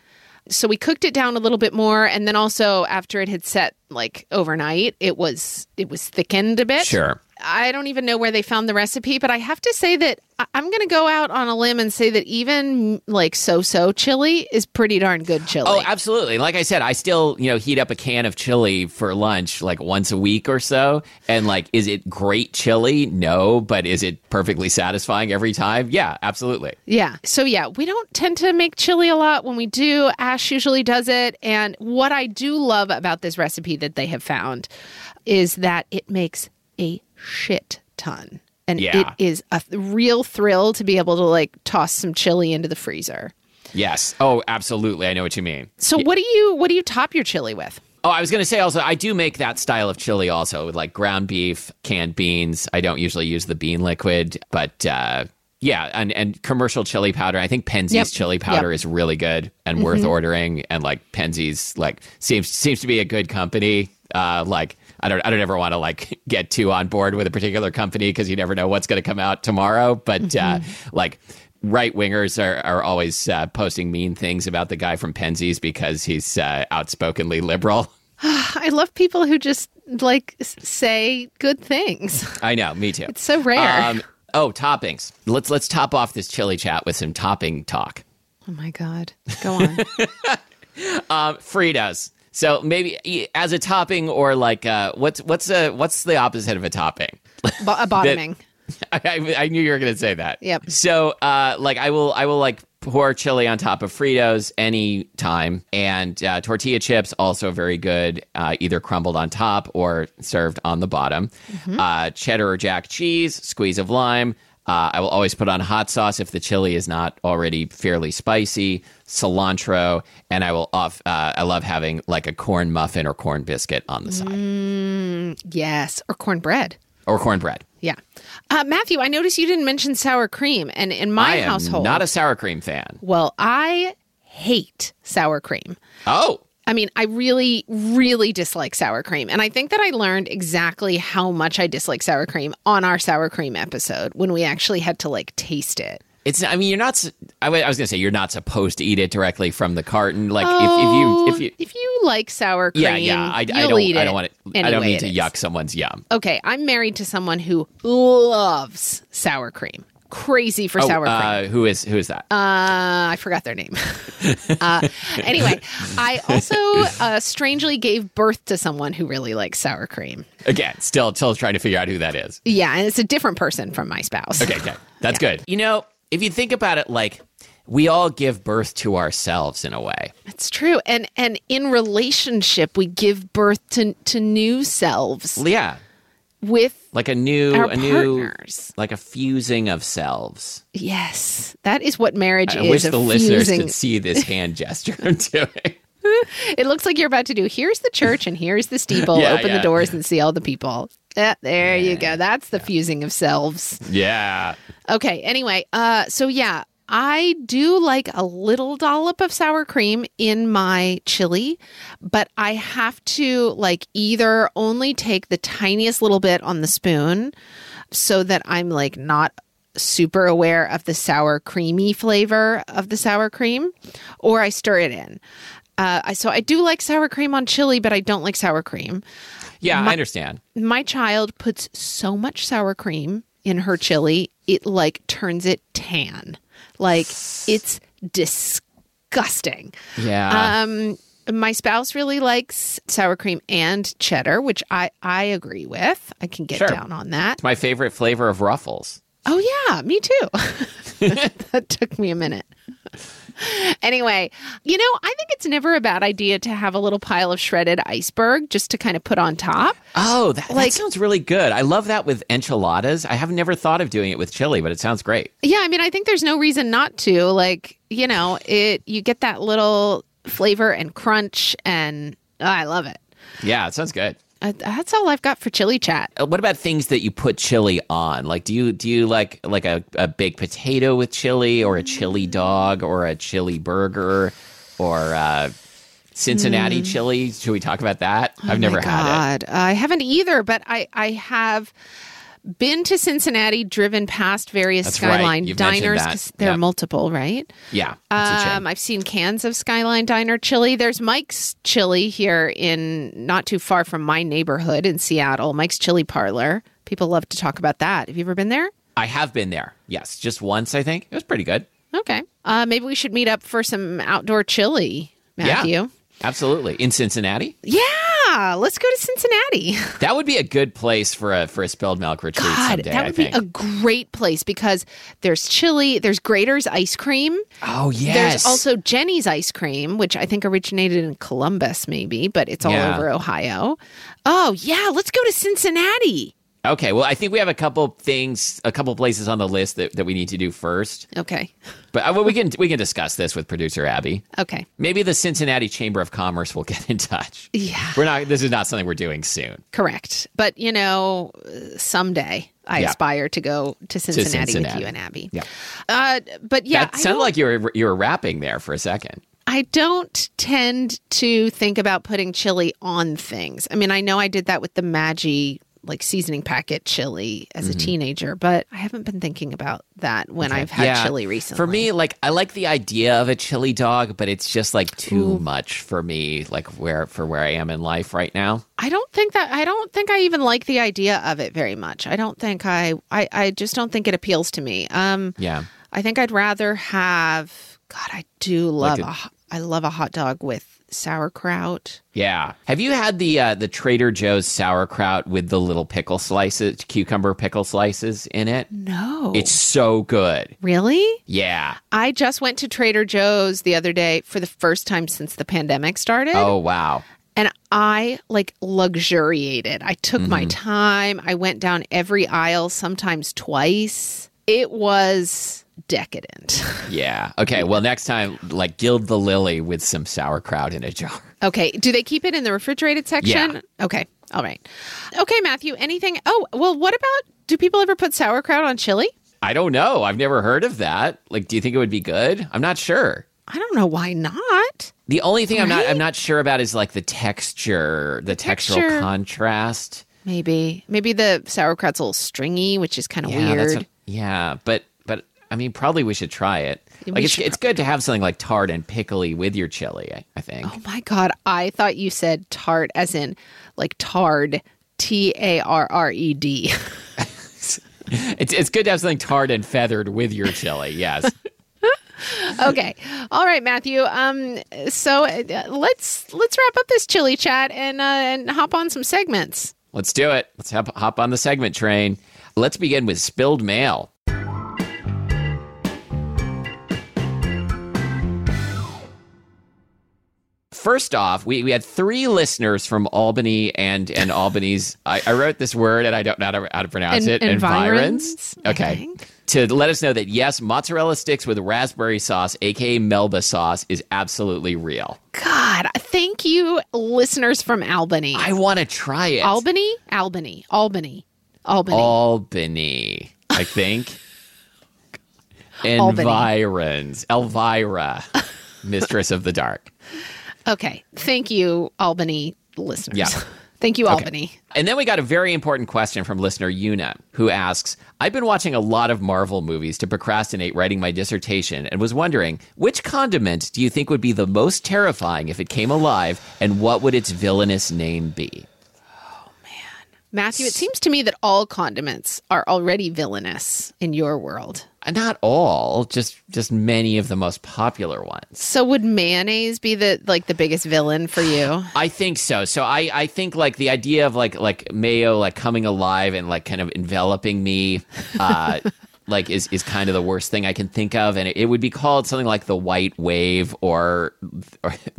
S2: So we cooked it down a little bit more, and then also after it had set like overnight, it was it was thickened a bit.
S1: sure.
S2: I don't even know where they found the recipe, but I have to say that I- I'm going to go out on a limb and say that even like so-so chili is pretty darn good chili.
S1: Oh, absolutely. Like I said, I still, you know, heat up a can of chili for lunch like once a week or so. And like, is it great chili? No, but is it perfectly satisfying every time? Yeah, absolutely.
S2: yeah. So yeah, we don't tend to make chili a lot. When we do, Ash usually does it. And what I do love about this recipe that they have found is that it makes a shit ton. And
S1: Yeah.
S2: it is a th- real thrill to be able to like toss some chili into the freezer.
S1: Yes. Oh, absolutely. I know what you mean.
S2: So what do you what do you top your chili with?
S1: Oh, I was going to say also, I do make that style of chili also with like ground beef, canned beans. I don't usually use the bean liquid, but uh, yeah, and, and commercial chili powder. I think Penzi's
S2: Yep. Mm-hmm.
S1: chili powder is really good and worth ordering. And like Penzi's, like seems seems to be a good company. Uh, like I don't I don't ever want to like get too on board with a particular company because you never know what's going to come out tomorrow. But uh,
S2: Mm-hmm.
S1: like right wingers are, are always uh, posting mean things about the guy from Penzi's because he's uh, outspokenly liberal.
S2: I love people who just like s- say good things.
S1: I know, me too. It's
S2: so rare.
S1: oh, toppings. Let's let's top off this chili chat with some topping talk.
S2: Oh my god. Go on.
S1: Um, Fritos. So maybe e- as a topping or like uh, what's what's a what's the opposite of a topping?
S2: Bo- a uh, bottoming.
S1: I, I knew you were going to say that.
S2: Yep.
S1: So, uh, like, I will, I will like pour chili on top of Fritos any time, and uh, tortilla chips also very good, uh, either crumbled on top or served on the bottom.
S2: Mm-hmm.
S1: Uh, cheddar or jack cheese, squeeze of lime. Uh, I will always put on hot sauce if the chili is not already fairly spicy. Cilantro, and I will off. Uh, I love having like a corn muffin or corn biscuit on the
S2: Mm-hmm.
S1: side,
S2: yes, or cornbread.
S1: or cornbread.
S2: Yeah. Uh, Matthew, I noticed you didn't mention sour cream and in my
S1: I am
S2: household.
S1: not a sour cream fan.
S2: well, I hate sour cream.
S1: Oh,
S2: I mean, I really, really dislike sour cream. And I think that I learned exactly how much I dislike sour cream on our sour cream episode when we actually had to like taste it.
S1: It's. I mean, you're not. s- I wa- I was gonna say you're not supposed to eat it directly from the carton. Like if, if you, if you,
S2: like sour Oh, cream,
S1: yeah, yeah. I, I
S2: you'll
S1: don't.
S2: eat it
S1: I don't want it. I don't
S2: anyway
S1: mean
S2: it
S1: to
S2: is.
S1: yuck someone's yum.
S2: Okay, I'm married to someone who loves sour cream. crazy for
S1: Oh,
S2: sour cream.
S1: uh, who is who is that?
S2: Uh, I forgot their name. uh, anyway, I also uh, strangely gave birth to someone who really likes sour cream.
S1: Again, still still trying to figure out who that is.
S2: Yeah, and it's a different person from my spouse.
S1: Okay, okay. That's good. You know, if you think about it, like we all give birth to ourselves in a way.
S2: It's true. And and in relationship, we give birth to to new selves
S1: Yeah.
S2: with
S1: Like a new
S2: Our
S1: a new
S2: partners.
S1: like a fusing of selves.
S2: yes. That is what marriage
S1: I
S2: is.
S1: wish
S2: a
S1: the listeners
S2: fusing-
S1: could see this hand gesture I'm doing.
S2: It looks like you're about to do here's the church and here's the steeple.
S1: Yeah,
S2: Open
S1: yeah.
S2: the doors and see all the people. Eh, there you go. That's the fusing of selves.
S1: Yeah.
S2: Okay. Anyway, uh, so yeah, I do like a little dollop of sour cream in my chili, but I have to like either only take the tiniest little bit on the spoon so that I'm like not super aware of the sour creamy flavor of the sour cream, or I stir it in. Uh, I- so I do like sour cream on chili, but I don't like sour cream
S1: Yeah, I understand.
S2: my child puts so much sour cream in her chili, it like turns it tan. Like it's disgusting.
S1: Yeah.
S2: Um my spouse really likes sour cream and cheddar, which I I agree with. I can get
S1: Sure.
S2: down on that.
S1: it's my favorite flavor of ruffles.
S2: Oh yeah, me too. that took me a minute. Anyway, you know, I think it's never a bad idea to have a little pile of shredded iceberg just to kind of put on top.
S1: Oh, that,
S2: Like-
S1: that sounds really good. I love that with enchiladas. I have never thought of doing it with chili, but it sounds great.
S2: Yeah, I mean, I think there's no reason not to. Like, you know, it you get that little flavor and crunch, and oh, I love it.
S1: Yeah, it sounds good.
S2: Uh, that's all I've got for chili chat.
S1: Uh, What about things that you put chili on? Like, do you do you like like a, a baked potato with chili, or a chili
S2: Mm.
S1: dog, or a chili burger, or uh, Cincinnati chili? Should we talk about that? I've never had it.
S2: Mm. Oh God, I haven't either, but I I have been to Cincinnati, driven past various
S1: That's right.
S2: skyline
S1: You've mentioned
S2: diners
S1: that.
S2: 'cause there are
S1: Yep.
S2: multiple, right?
S1: Yeah, it's a shame.
S2: Um, I've seen cans of Skyline Diner chili. There's Mike's Chili here in not too far from my neighborhood in Seattle. Mike's Chili Parlor. People love to talk about that. Have you ever been there?
S1: I have been there. Yes, just once. I think it was pretty good.
S2: Okay. Uh, maybe we should meet up for some outdoor chili,
S1: Yeah,
S2: Matthew.
S1: absolutely. In Cincinnati,
S2: Yeah. let's go to Cincinnati.
S1: that would be a good place for a for a spilled milk retreat
S2: God,
S1: someday.
S2: that
S1: I
S2: would be
S1: think.
S2: a great place because there's chili, there's Grater's ice cream.
S1: oh yes.
S2: There's also Jenny's ice cream, which I think originated in Columbus, maybe, but it's all
S1: Yeah.
S2: over Ohio. Oh, yeah, let's go to Cincinnati.
S1: okay. Well, I think we have a couple things, a couple places on the list that, that we need to do first.
S2: Okay.
S1: But uh, well, we can we can discuss this with producer Abby.
S2: Okay.
S1: Maybe the Cincinnati Chamber of Commerce will get in touch.
S2: Yeah.
S1: We're not. This is not something we're doing soon.
S2: Correct. But, you know, someday I
S1: Yeah.
S2: aspire to go to Cincinnati, with
S1: Cincinnati.
S2: you and Abby.
S1: Yeah.
S2: Uh, but yeah,
S1: that
S2: I
S1: sounded
S2: don't,
S1: like you were you were rapping there for a second.
S2: I don't tend to think about putting chili on things. I mean, I know I did that with the Maggi like seasoning packet chili as
S1: Mm-hmm.
S2: a teenager, but I haven't been thinking about that when I've had chili recently.
S1: For me, like I like the idea of a chili dog, but it's just like too much for me. Like where for where I am in life right now.
S2: I don't think that I don't think I even like the idea of it very much. I don't think I I, I just don't think it appeals to me. Um
S1: Yeah.
S2: I think I'd rather have God, I do love
S1: Like
S2: a
S1: a-
S2: ho- I love a hot dog with sauerkraut.
S1: Yeah. Have you had the uh, the Trader Joe's sauerkraut with the little pickle slices, cucumber pickle slices in it?
S2: No.
S1: It's so good.
S2: really?
S1: Yeah.
S2: I just went to Trader Joe's the other day for the first time since the pandemic started.
S1: Oh wow.
S2: And I like luxuriated. I took my
S1: Mm-hmm.
S2: time. I went down every aisle, sometimes twice. It was decadent.
S1: Yeah. Okay. Well, next time, like, gild the lily with some sauerkraut in a jar.
S2: Okay. Do they keep it in the refrigerated section? Okay. All right. Okay, Matthew, anything? Oh, well, what about do people ever put sauerkraut on chili?
S1: I don't know. I've never heard of that. Like, do you think it would be good? I'm not sure.
S2: I don't know why not.
S1: The only thing I'm not I'm not sure about is like the texture, the,
S2: texture.
S1: textural contrast.
S2: Maybe. Maybe the sauerkraut's a little stringy, which is kind of
S1: Yeah,
S2: weird.
S1: what- yeah, but but I mean, probably we should try it.
S2: We
S1: Like, it's,
S2: should
S1: it's good to have something like tart and pickly with your chili. I, I think.
S2: oh my God. I thought you said tart as in like tard, T A R R E D.
S1: It's it's good to have something tarred and feathered with your chili. Yes.
S2: okay all right matthew um so uh, let's let's wrap up this chili chat and uh and hop on some segments
S1: Let's do it. Let's hop, hop on the segment train. Let's begin with spilled mail. First off, we, we had three listeners from Albany and, and Albany's. I, I wrote this word and I don't know how to, how to pronounce
S2: En-
S1: it. Environs.
S2: environs, I
S1: Okay.
S2: think.
S1: To let us know that yes, mozzarella sticks with raspberry sauce, aka Melba sauce, is absolutely real.
S2: god thank you listeners from albany
S1: I want to try it.
S2: albany albany albany albany
S1: Albany, I think.
S2: Albany.
S1: Environs. Elvira, Mistress of the Dark.
S2: okay thank you albany listeners
S1: Yeah.
S2: thank you albany
S1: And then we got a very important question from listener Yuna, who asks I've been watching a lot of Marvel movies to procrastinate writing my dissertation and was wondering which condiment do you think would be the most terrifying if it came alive and what would its villainous name be?
S2: matthew it seems to me that all condiments are already villainous in your world
S1: Not all, just just many of the most popular ones.
S2: so would mayonnaise be the like the biggest villain for you
S1: I think so. So I, I think like the idea of like like mayo like coming alive and like kind of enveloping me, uh, like is is kind of the worst thing I can think of, and it, it would be called something like the white wave, or, or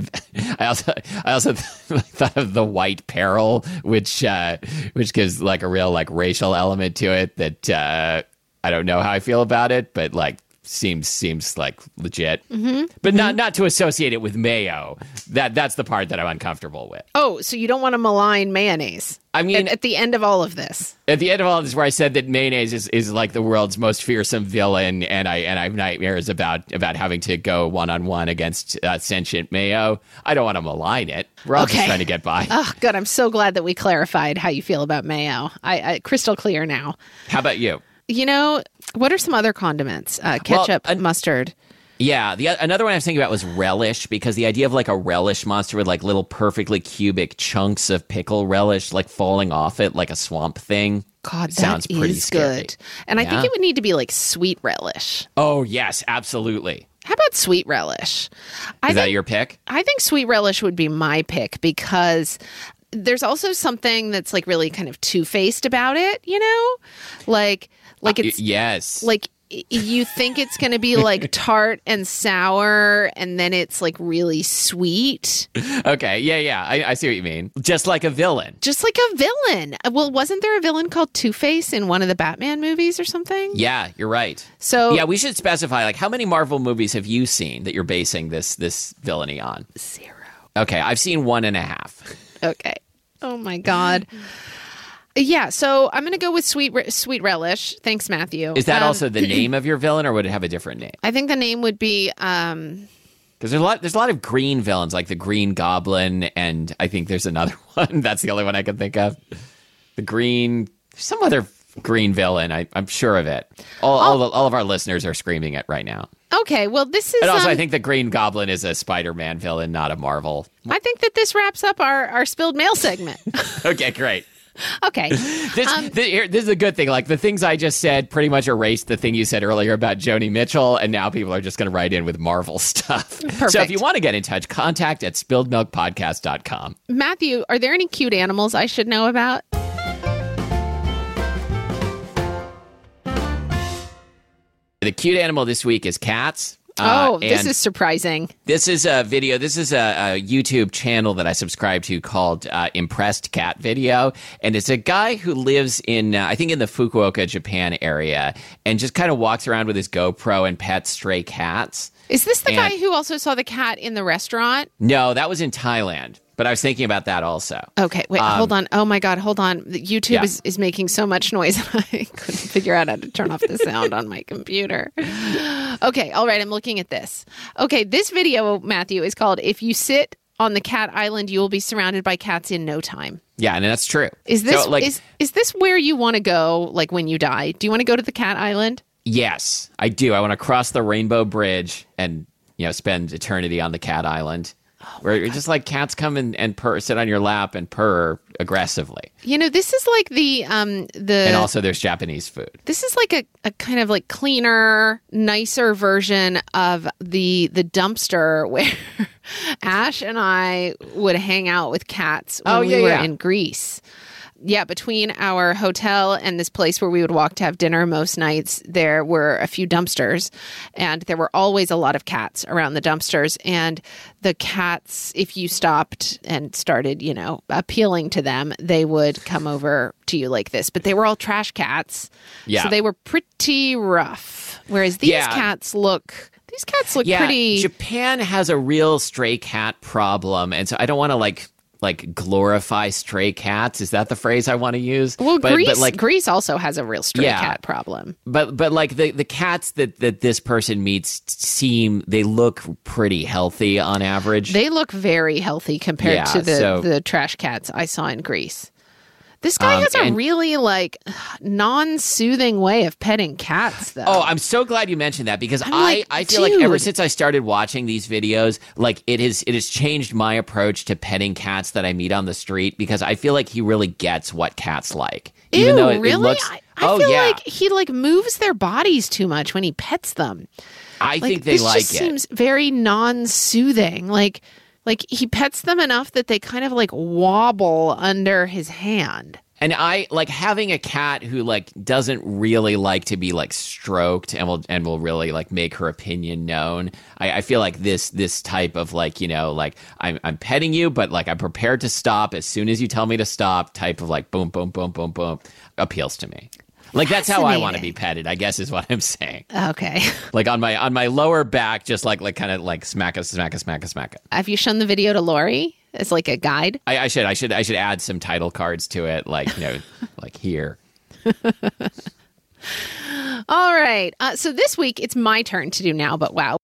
S1: I also I also thought of the white peril, which uh, which gives like a real like racial element to it that uh, I don't know how I feel about it, but like seems seems like legit
S2: Mm-hmm.
S1: but not not to associate it with mayo. That that's the part that I'm uncomfortable with.
S2: oh so you don't want to malign mayonnaise
S1: I mean,
S2: at, at the end of all of this
S1: at the end of all this, where I said that mayonnaise is, is like the world's most fearsome villain, and I and I have nightmares about about having to go one on one against uh, sentient mayo. I don't want to malign it. We're all just
S2: Okay.
S1: trying to get by.
S2: Oh, good. I'm so glad that we clarified how you feel about mayo. I, I crystal clear now.
S1: How about you?
S2: You know, what are some other condiments? Uh,
S1: Well,
S2: ketchup,
S1: an-
S2: mustard.
S1: Yeah, the another one I was thinking about was relish because the idea of like a relish monster with like little perfectly cubic chunks of pickle relish like falling off it like a swamp thing.
S2: God, that
S1: sounds pretty
S2: is
S1: scary.
S2: good. And I think
S1: Yeah.
S2: it would need to be like sweet relish.
S1: Oh yes, absolutely.
S2: How about sweet relish? I
S1: Is that
S2: think-
S1: your pick?
S2: I think sweet relish would be my pick because there's also something that's like really kind of two faced about it. You know, like like
S1: Uh, Y-
S2: it's
S1: yes.
S2: like y- you think it's going to be like tart and sour and then it's like really sweet
S1: okay, yeah, yeah. I, I see what you mean. Just like a villain.
S2: just like a villain Uh, well wasn't there a villain called two-face in one of the batman movies or something
S1: Yeah, you're right.
S2: so
S1: yeah, we should specify like how many Marvel movies have you seen that you're basing this this villainy on?
S2: zero
S1: Okay, I've seen one and a half.
S2: okay oh my god yeah so i'm going to go with sweet Re- sweet relish thanks matthew
S1: Is that
S2: Um,
S1: also the name of your villain, or would it have a different name?
S2: i think the name would be um
S1: Because there's a lot there's a lot of green villains like the Green Goblin, and I think there's another one. That's the only one I can think of. The Green, some other green villain. I, I'm sure of it. All all, the, all of our listeners are screaming it right now.
S2: okay well this is
S1: And also,
S2: um,
S1: I think the Green Goblin is a Spider-Man villain, not a Marvel.
S2: I think that this wraps up our our spilled mail segment
S1: Okay, great.
S2: okay
S1: This, thi- here, this is a good thing. Like the things I just said pretty much erased the thing you said earlier about Joni Mitchell, and now people are just going to write in with Marvel stuff. So if
S2: Perfect.
S1: you want to get in touch, contact at spilledmilkpodcast.com.
S2: Matthew, are there any cute animals I should know about?
S1: Uh, The cute animal this week is cats.
S2: Oh,
S1: Uh,
S2: this
S1: and
S2: is surprising.
S1: this is a video. This is a, a YouTube channel that I subscribe to called uh, Impressed Cat Video, and it's a guy who lives in uh, I think in the Fukuoka, Japan area, and just kind of walks around with his GoPro and pets stray cats.
S2: Is this the
S1: And-
S2: guy who also saw the cat in the restaurant?
S1: No, that was in Thailand, but I was thinking about that also.
S2: Okay, wait, hold on. Oh my God, hold on. The YouTube
S1: Um, Yeah.
S2: is, is making so much noise. I couldn't figure out how to turn off the sound on my computer. Okay, all right, I'm looking at this. Okay, this video, Matthew, is called If You Sit on the Cat Island, You Will Be Surrounded by Cats in No Time.
S1: Yeah, and that's true.
S2: Is this
S1: So, like
S2: is, is this where you want to go like when you die? Do you want to go to the cat island?
S1: yes, I do. I want to cross the Rainbow Bridge and you know spend eternity on the Cat Island. where you're just like cats come and, and purr, sit on your lap and purr aggressively.
S2: You know, this is like the um the
S1: And also, there's Japanese food.
S2: this is like a, a kind of like cleaner, nicer version of the the dumpster where Ash and I would hang out with cats when
S1: Oh, yeah,
S2: we were
S1: yeah.
S2: in Greece. Yeah, between our hotel and this place where we would walk to have dinner most nights, there were a few dumpsters, and there were always a lot of cats around the dumpsters. And the cats, if you stopped and started, you know, appealing to them, they would come over to you like this. But they were all trash cats.
S1: Yeah.
S2: So they were pretty rough. Whereas these
S1: Yeah.
S2: cats look these cats look
S1: Yeah,
S2: pretty
S1: Japan has a real stray cat problem, and so I don't want to like like glorify stray cats. Is that the phrase I want to use?
S2: Well,
S1: but,
S2: Greece
S1: but like
S2: Greece also has a real stray
S1: Yeah.
S2: cat problem.
S1: but but like the the cats that that this person meets seem they look pretty healthy on average.
S2: They look very healthy compared
S1: Yeah,
S2: to the,
S1: so-
S2: the trash cats I saw in Greece. This guy
S1: Um,
S2: has a
S1: and-
S2: really like non-soothing way of petting cats though.
S1: Oh, I'm so glad you mentioned that because I,
S2: like,
S1: I feel like ever
S2: dude.
S1: since I started watching these videos, like it is it has changed my approach to petting cats that I meet on the street because I feel like he really gets what cats like.
S2: Ew,
S1: Even though it, it
S2: really?
S1: looks
S2: I, I
S1: Oh
S2: feel
S1: yeah.
S2: like he like moves their bodies too much when he pets them.
S1: I
S2: Like,
S1: think they
S2: this
S1: like it.
S2: just seems very non-soothing. Like like he pets them enough that they kind of like wobble under his hand.
S1: And I like having a cat who like doesn't really like to be like stroked and will and will really like make her opinion known. I, I feel like this this type of like you know like I'm I'm petting you, but like I'm prepared to stop as soon as you tell me to stop. Type of like boom boom boom boom boom appeals to me. Like that's how I want to be petted. I guess is what I'm saying.
S2: Okay.
S1: Like on my on my lower back, just like like kind of like smack a smack a smack a smack a.
S2: Have you shown the video to Lori as like a guide?
S1: I, I should I should I should add some title cards to it. Like you know like here.
S2: All right. Uh, so this week it's my turn to do now, but wow.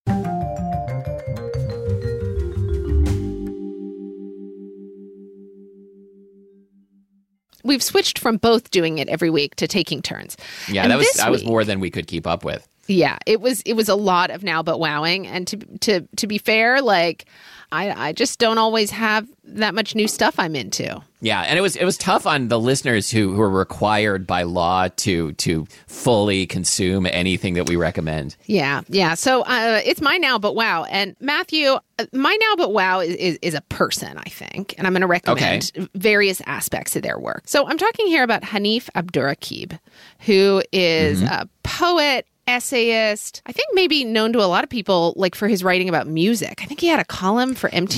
S2: We've switched from both doing it every week to taking turns.
S1: Yeah,
S2: And
S1: that was
S2: this
S1: that was
S2: week-
S1: more than we could keep up with.
S2: Yeah, it was it was a lot of now but wowing and to to to be fair, like I I just don't always have that much new stuff I'm into.
S1: Yeah, and it was it was tough on the listeners who who are required by law to to fully consume anything that we recommend.
S2: Yeah, yeah. So uh, it's my now, but wow. And Matthew, uh, my now, but wow is, is, is a person, I think. And I'm going to recommend various aspects of their work. So I'm talking here about Hanif Abdurakib, who is a poet. Essayist, I think maybe known to a lot of people like for his writing about music. I think he had a column for MTV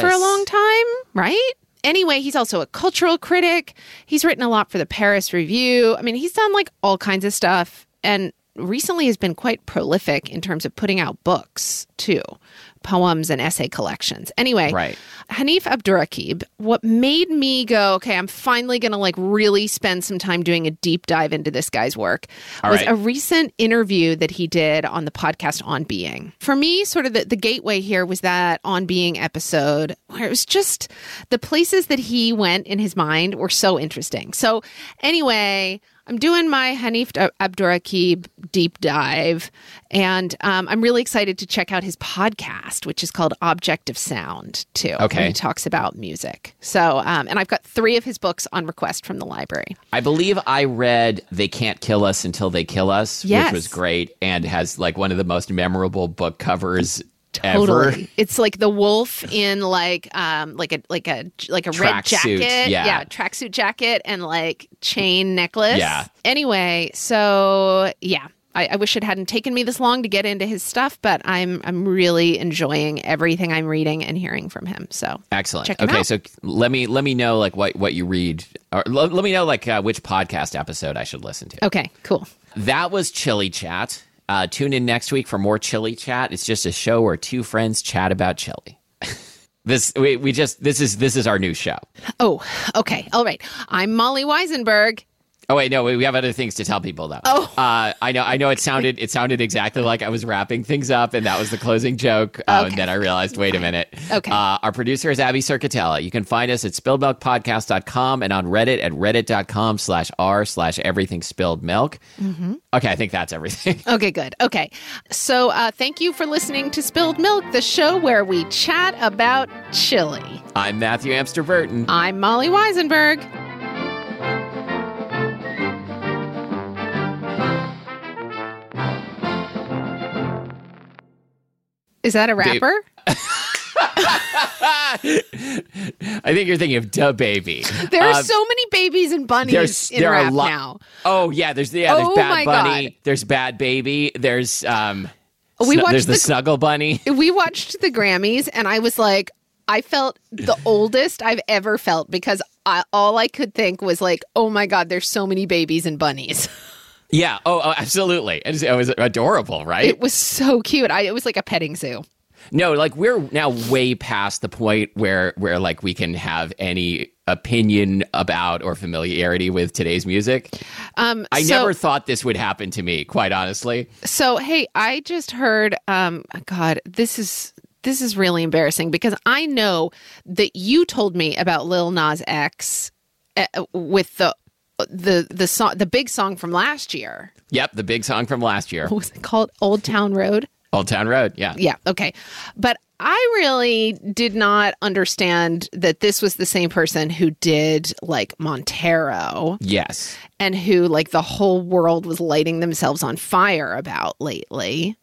S2: for a
S1: Yes.
S2: long time, right? Anyway, he's also a cultural critic. He's written a lot for the Paris Review. I mean, he's done like all kinds of stuff and recently has been quite prolific in terms of putting out books too, poems and essay collections. Anyway,
S1: Right.
S2: Hanif Abdurakib, what made me go, okay, I'm finally going to like really spend some time doing a deep dive into this guy's work
S1: All
S2: was
S1: right.
S2: a recent interview that he did on the podcast On Being. For me, sort of the, the gateway here was that On Being episode where it was just the places that he went in his mind were so interesting. So, anyway, I'm doing my Hanif Ab- Abdurakib deep dive, and um, I'm really excited to check out his podcast, which is called Object of Sound, too. where
S1: Okay.
S2: He talks about music. So, um, and I've got three of his books on request from the library.
S1: I believe I read "They Can't Kill Us Until They Kill Us,"
S2: Yes.
S1: which was great and has like one of the most memorable book covers ever.
S2: Totally. It's like the wolf in like um like a like a like a red
S1: Track suit,
S2: jacket.
S1: yeah.
S2: tracksuit jacket and like chain necklace.
S1: Yeah.
S2: Anyway, so yeah. I, I wish it hadn't taken me this long to get into his stuff, but I'm I'm really enjoying everything I'm reading and hearing from him. So
S1: Excellent.
S2: Check 'em
S1: okay,
S2: out.
S1: so let me let me know like what what you read, or l- let me know like uh, which podcast episode I should listen to.
S2: okay, cool.
S1: That was Chili Chat. Uh, tune in next week for more Chili Chat. It's just a show where two friends chat about chili. this we, we just this is this is our new show.
S2: Oh, okay, all right. I'm Molly Weisenberg.
S1: Oh wait, no, we we have other things to tell people though.
S2: Oh.
S1: uh, I know, I know. It sounded, it sounded exactly like I was wrapping things up, and that was the closing joke. Uh,
S2: Okay.
S1: And then I realized, wait a minute.
S2: Okay.
S1: Uh, our producer is Abby Circatella. You can find us at spilledmilkpodcast.com and on Reddit at reddit.com slash r slash everything spilled milk.
S2: Mm-hmm.
S1: Okay, I think that's everything.
S2: Okay, good. Okay. So uh, thank you for listening to Spilled Milk, the show where we chat about chili.
S1: I'm Matthew Amster Burton.
S2: I'm Molly Weisenberg. Is that a rapper?
S1: I think you're thinking of Duh Baby. Um,
S2: there are so many babies and bunnies
S1: uh, There's
S2: in
S1: there are
S2: rap
S1: a lot.
S2: now.
S1: Oh yeah, there's yeah, there's
S2: Oh, my
S1: Bad Bunny,
S2: God. Oh,
S1: there's Bad Baby, there's um,
S2: We
S1: snu-
S2: watched
S1: there's the,
S2: the-
S1: Snuggle Bunny.
S2: we watched the Grammys, and I was like, I felt the oldest I've ever felt because I, all I could think was like, oh my god, there's so many babies and bunnies.
S1: Yeah. Oh, oh absolutely. It was, it was adorable, right?
S2: It was so cute. I, it was like a petting zoo.
S1: no, like we're now way past the point where where like we can have any opinion about or familiarity with today's music.
S2: Um,
S1: I
S2: so,
S1: never thought this would happen to me, quite honestly.
S2: So hey, I just heard. Um, God, this is this is really embarrassing because I know that you told me about Lil Nas X uh, with the the the song the big song from last year.
S1: Yep, the big song from last year,
S2: What was it called? Old Town Road.
S1: Old Town Road. Yeah.
S2: Yeah. Okay. But I really did not understand that this was the same person who did like Montero
S1: Yes.
S2: and who like the whole world was lighting themselves on fire about lately.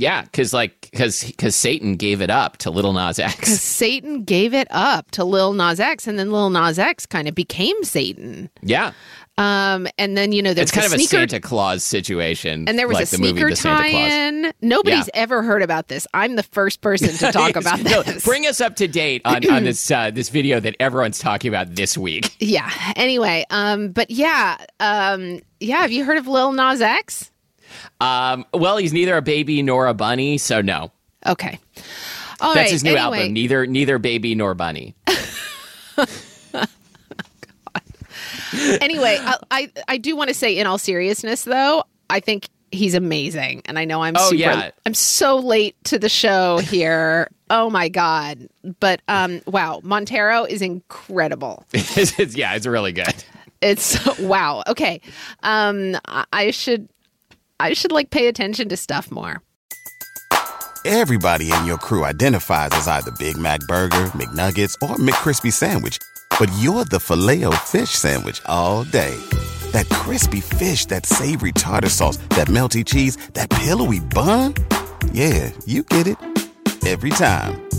S1: Yeah, because like because because Satan gave it up to Little Nas X.
S2: Satan gave it up to Lil Nas X, and then Lil Nas X kind of became Satan.
S1: Yeah,
S2: Um, and then you know there's
S1: it's kind
S2: the
S1: of a
S2: sneaker
S1: Santa Claus situation.
S2: and there was
S1: like
S2: a
S1: the movie
S2: sneaker
S1: The Santa Claus.
S2: tie-in. Nobody's
S1: Yeah.
S2: ever heard about this. I'm the first person to talk about
S1: No,
S2: this.
S1: bring us up to date on, on this uh, this video that everyone's talking about this week.
S2: Yeah. Anyway, um, but yeah, um, yeah. Have you heard of Lil Nas X?
S1: Um, well, he's neither a baby nor a bunny, so no.
S2: Okay. All right.
S1: That's his new
S2: anyway,
S1: album. Neither neither baby nor bunny.
S2: anyway, I, I I do want to say, in all seriousness, though, I think he's amazing, and I know I'm
S1: Oh,
S2: super.
S1: yeah.
S2: I'm so late to the show here. oh my god! But um, wow, Montero is incredible.
S1: It's- it's- yeah, it's really good.
S2: It's wow. Okay. Um, I, I should I should like pay attention to stuff more.
S5: Everybody in your crew identifies as either Big Mac Burger, McNuggets, or McCrispy Sandwich. But you're the filet fish Sandwich all day. That crispy fish, that savory tartar sauce, that melty cheese, that pillowy bun. Yeah, you get it. Every time.